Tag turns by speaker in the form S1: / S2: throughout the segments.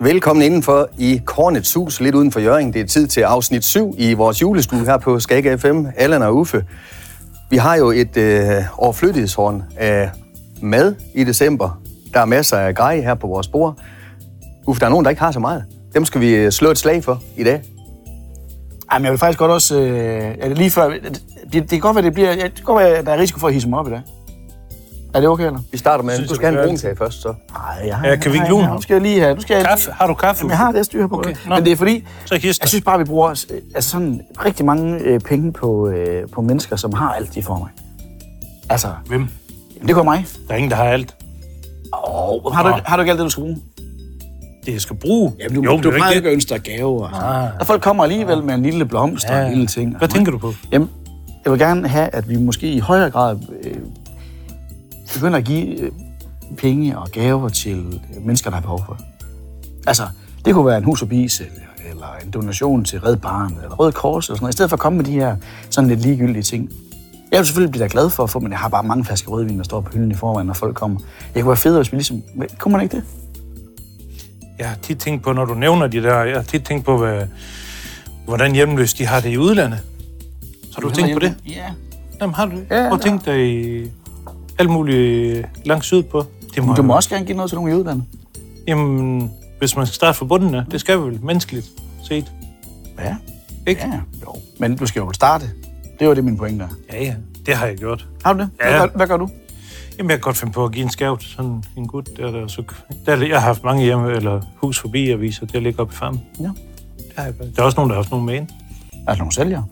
S1: Velkommen indenfor i Kornets Hus, lidt uden for Jørgen. Det er tid til afsnit 7 i vores julestue her på Skag FM, Allan og Uffe. Vi har jo et øh, overflyttighedshorn af mad i december. Der er masser af grej her på vores bord. Uffe, der er nogen, der ikke har så meget. Dem skal vi øh, slå et slag for i dag.
S2: Ej, men jeg vil faktisk godt også... Øh, er det lige før... Det, det kan godt være, det bliver... ja, Det kan godt være, at der er risiko for at hisse mig op i dag. Er det okay, eller?
S1: Vi starter med,
S3: Synes
S1: du
S3: jeg,
S1: skal have
S3: vi
S1: en
S3: gør
S1: brun
S3: det.
S1: kage først, så.
S2: Nej, jeg har...
S3: Ja, kan vi ikke
S2: nej,
S3: lune
S2: nej,
S3: ham?
S2: Nu skal jeg lige have... Nu skal jeg,
S3: Kaffe? Har du kaffe?
S2: Jamen, jeg har det, jeg styrer på.
S3: Okay,
S2: Okay.
S3: nå.
S2: Men det er fordi...
S3: Så hist
S2: Jeg synes bare, vi bruger øh, altså sådan rigtig mange øh, penge på, øh, på mennesker, som har alt i forvejen. Altså,
S3: Hvem?
S2: det går mig.
S3: Der er ingen, der har alt.
S2: Oh, har, du, ikke- har du ikke alt det, du skal bruge?
S3: Det, jeg skal bruge.
S2: Jamen, du,
S3: jo,
S2: jo,
S3: men
S2: du
S3: det er
S2: plejer
S3: jo
S2: ikke
S3: ikke
S2: at ønske dig gaver.
S3: Ah.
S2: Og folk kommer alligevel med en lille blomst og en lille ting.
S3: Hvad tænker du på?
S2: Jamen, jeg vil gerne have, at vi måske i højere grad øh, begynder at give øh, penge og gaver til øh, mennesker, der har behov for det. Altså, det kunne være en hus og bis, eller, eller en donation til Red Barnet, eller Røde Kors, eller sådan noget. I stedet for at komme med de her sådan lidt ligegyldige ting. Jeg vil selvfølgelig blive da glad for at få, men jeg har bare mange flasker rødvin, der står på hylden i forvejen, når folk kommer. Jeg kunne være federe, hvis vi ligesom... Men Kunne man ikke det?
S3: Jeg har tit tænkt på, når du nævner de der, jeg har tit tænkt på, hvad, hvordan hjemløse de har det i udlandet. Så har du tænkt på det?
S2: Ja.
S3: Jamen, har du
S2: Ja,
S3: ja, og
S2: ja.
S3: tænkt dig i alt muligt øh, langt sydpå? Det
S2: Du må
S3: jo-
S2: også gerne give noget til nogen i udlandet.
S3: Jamen, hvis man skal starte fra bunden af, det skal vi vel menneskeligt set.
S2: Ja.
S3: Ikke?
S2: Ja, jo. Men du skal jo starte. Det var det, min pointe er.
S3: Ja, ja. Det har jeg gjort.
S2: Har du det?
S3: Ja.
S2: Hvad, gør, hvad gør du?
S3: Jamen, jeg kan godt finde på at give en skæv til sådan en gut. Der, der, så, der, jeg har haft mange hjemme, eller hus forbi aviser, der ligger oppe i farmen.
S2: Ja.
S3: Det har jeg bare. Der er også nogen, der har haft nogen med ind.
S2: Er der nogle sælgere?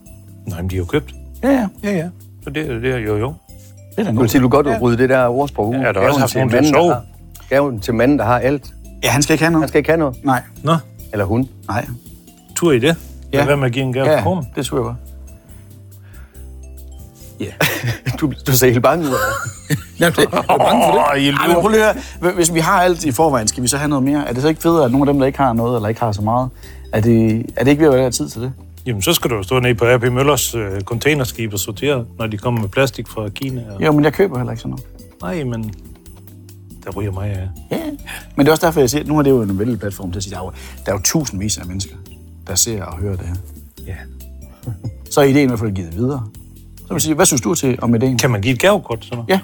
S3: Nej, men de er jo købt.
S2: Ja, ja.
S3: Ja, ja. Så det, det er jo jo.
S2: Det er da
S1: Du vil
S2: noget.
S1: sige, du godt rydde det der ordsprog ud.
S3: Ja, der har også
S1: Gaven
S3: haft
S1: til
S3: nogen til at
S1: manden, der
S3: sove.
S1: har- Gaven til manden, der har alt.
S2: Ja, han skal ikke have
S1: Han
S2: noget.
S1: skal ikke have noget.
S2: Nej,
S3: Nå,
S1: Eller hun.
S2: nej.
S3: tur i det.
S2: Ja.
S3: Ja. Lad være med at give en gave ja. kronen.
S2: det tror jeg godt. Ja.
S1: Du, du ser helt bange ud.
S2: Jamen, det, er du bange for det?
S3: Åh, I
S2: Ej, men
S3: lyver.
S2: prøv lige at høre. Hvis vi har alt i forvejen, skal vi så have noget mere? Er det så ikke federe, at nogle af dem, der ikke har noget, eller ikke har så meget, er det, er det ikke ved at være der er tid til det?
S3: Jamen, så skal du jo stå nede på AP Møllers øh, containerskib og sortere, når de kommer med plastik fra Kina. Og...
S2: Jo, men jeg køber heller ikke sådan noget.
S3: Nej, men der ryger mig af.
S2: Ja. Men det er også derfor, jeg siger, at nu er det jo en vældig platform til at sige, der er jo, der er jo tusindvis af mennesker, der ser og hører det her.
S3: Ja.
S2: Så er ideen i hvert fald givet videre. Så vil jeg sige, hvad synes du til om ideen?
S3: Kan man give et gavekort? Sådan noget?
S2: Ja,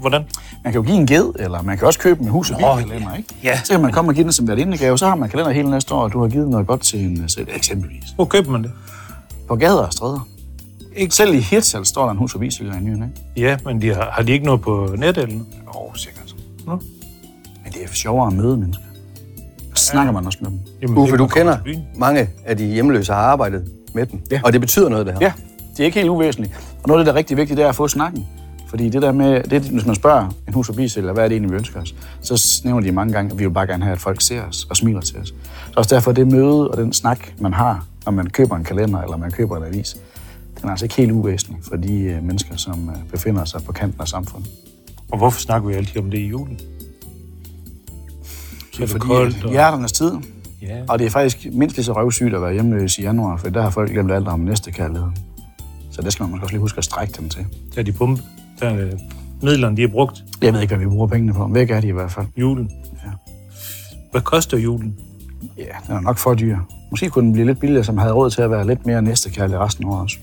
S3: Hvordan?
S2: Man kan jo give en ged, eller man kan også købe en hus og bil kalender, ikke?
S3: ja.
S2: Så kan man komme og give den som værtindegave, så har man kalender hele næste år, og du har givet noget godt til en selv, eksempelvis.
S3: Hvor køber man det?
S2: På gader og stræder. Ikke selv i Hirtshals står der en hus og bil, i nyen, ikke?
S3: Ja, men de har, har de ikke noget på nettet eller noget?
S2: Jo, sikkert.
S3: Nå?
S2: Men det er sjovere at møde mennesker. Så snakker man også med dem.
S3: Jamen,
S1: Uffe,
S3: det-
S1: du
S3: man kommer
S1: kender
S3: til byen.
S1: mange af de hjemløse, har arbejdet med dem.
S2: Ja.
S1: Og det betyder noget, det her.
S2: Ja, det er ikke helt uvæsentligt. Og noget af det, der er rigtig vigtigt, det er at få snakken. Fordi det der med, det, er, hvis man spørger en hus forbi eller hvad er det egentlig, vi ønsker os, så nævner de mange gange, at vi vil bare gerne have, at folk ser os og smiler til os. Så også derfor det møde og den snak, man har, når man køber en kalender eller man køber en avis, den er altså ikke helt uvæsentlig for de øh, mennesker, som øh, befinder sig på kanten af samfundet.
S3: Og hvorfor snakker vi altid om det i julen? Så er det
S2: Fordi
S3: koldt.
S2: at
S3: Og...
S2: hjerternes tid,
S3: Ja.
S2: og det er faktisk mindst lige så røvsygt at være hjemløs i januar, for der har folk glemt alt om næste kærlighed. Så det skal man måske også lige huske at strække dem til.
S3: Der er de pumpe. Der er øh, midlerne, de har brugt.
S2: Jeg ved ikke, hvad vi bruger pengene på. Væk er de i hvert fald.
S3: Julen.
S2: Ja.
S3: Hvad koster julen?
S2: Ja, den er nok for dyr. Måske kunne den blive lidt billigere, som havde råd til at være lidt mere næstekærlig resten af året også.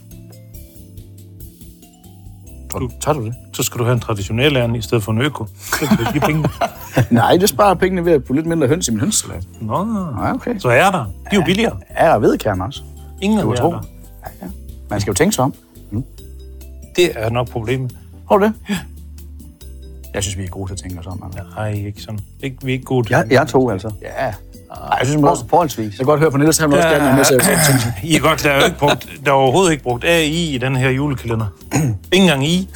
S2: Tror du, tager du det?
S3: Så skal du have en traditionel ærne i stedet for en øko. Så kan du give penge.
S2: Nej, det sparer pengene ved at putte lidt mindre høns i min hønsesalat.
S3: Nå,
S2: Nej, okay.
S3: så er der. De er jo billigere.
S2: Ja, og vedkærne også.
S3: Ingen af
S2: Du
S3: dem
S2: kan
S3: er
S2: tro.
S3: der.
S2: Ja, ja. Man skal jo tænke sig om.
S3: Det er nok problemet.
S2: Tror du det? Ja. Jeg synes, vi er gode til at tænke os om. Altså.
S3: Nej, ikke sådan. Ikke, vi er ikke gode til
S1: Jeg, jeg tog altså.
S2: Ja. Ej, jeg synes, man også...
S1: For, forholdsvis.
S2: Jeg kan godt høre fra Niels, han vil også gerne være med til at tænke sig.
S3: I er godt, der er, jo ikke brugt, der er overhovedet ikke brugt AI i den her julekalender. Ingen gang I.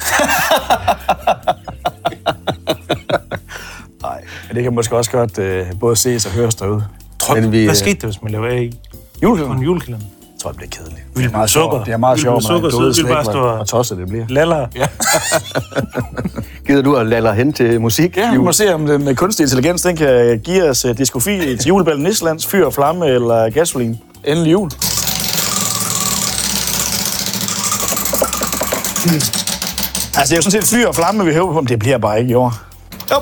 S2: Nej, men det kan måske også godt øh, både ses og høres derude.
S3: Tror,
S1: Men
S3: Men
S1: vi,
S3: vi, hvad
S1: øh,
S3: skete der, hvis man laver AI på
S2: Julekalender?
S3: en julekalender?
S2: Jeg tror, det bliver kedeligt.
S3: Vil
S2: det er meget
S3: du sukker?
S2: sjovt. Det er meget
S3: Vil du
S2: sjovt, med
S3: sukker, så
S2: døde
S3: vil vi bare
S2: slik,
S3: stå
S2: hvor-
S3: og-
S2: hvor tosset det bliver.
S3: Laller. Ja.
S1: Gider du at laller hen til musik?
S2: Ja, vi må se, om den øh, kunstige intelligens den kan give os uh, diskofi til juleballen Islands, fyr, og flamme eller gasolin. Endelig jul. Altså, det er jo sådan set fyr og flamme, vi hæver på, men det bliver bare ikke i år. Jo,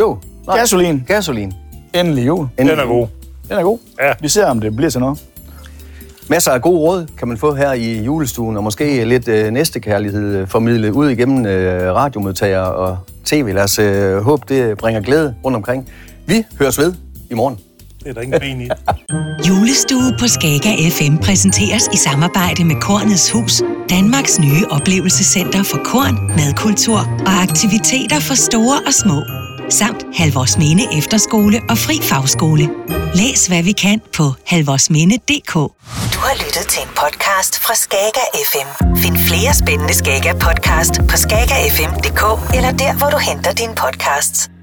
S1: Jo, nej.
S2: gasolin.
S1: gasolin.
S2: Endelig jul.
S3: Den er god.
S2: Den er god.
S3: Ja.
S2: Vi ser, om det bliver til noget.
S1: Masser af god råd kan man få her i julestuen, og måske lidt øh, næstekærlighed øh, formidlet ud igennem øh, radiomodtager og tv. Lad os øh, håbe, det bringer glæde rundt omkring. Vi høres ved i morgen.
S3: Det er der ingen ben i.
S4: Julestue på Skaga FM præsenteres i samarbejde med Kornets Hus, Danmarks nye oplevelsescenter for korn, madkultur og aktiviteter for store og små, samt Halvorsminde Efterskole og Fri Fagskole. Læs hvad vi kan på halvorsminde.dk.
S5: Du har lyttet til en podcast fra Skager FM. Find flere spændende Skager podcast på skagerfm.dk eller der, hvor du henter dine podcasts.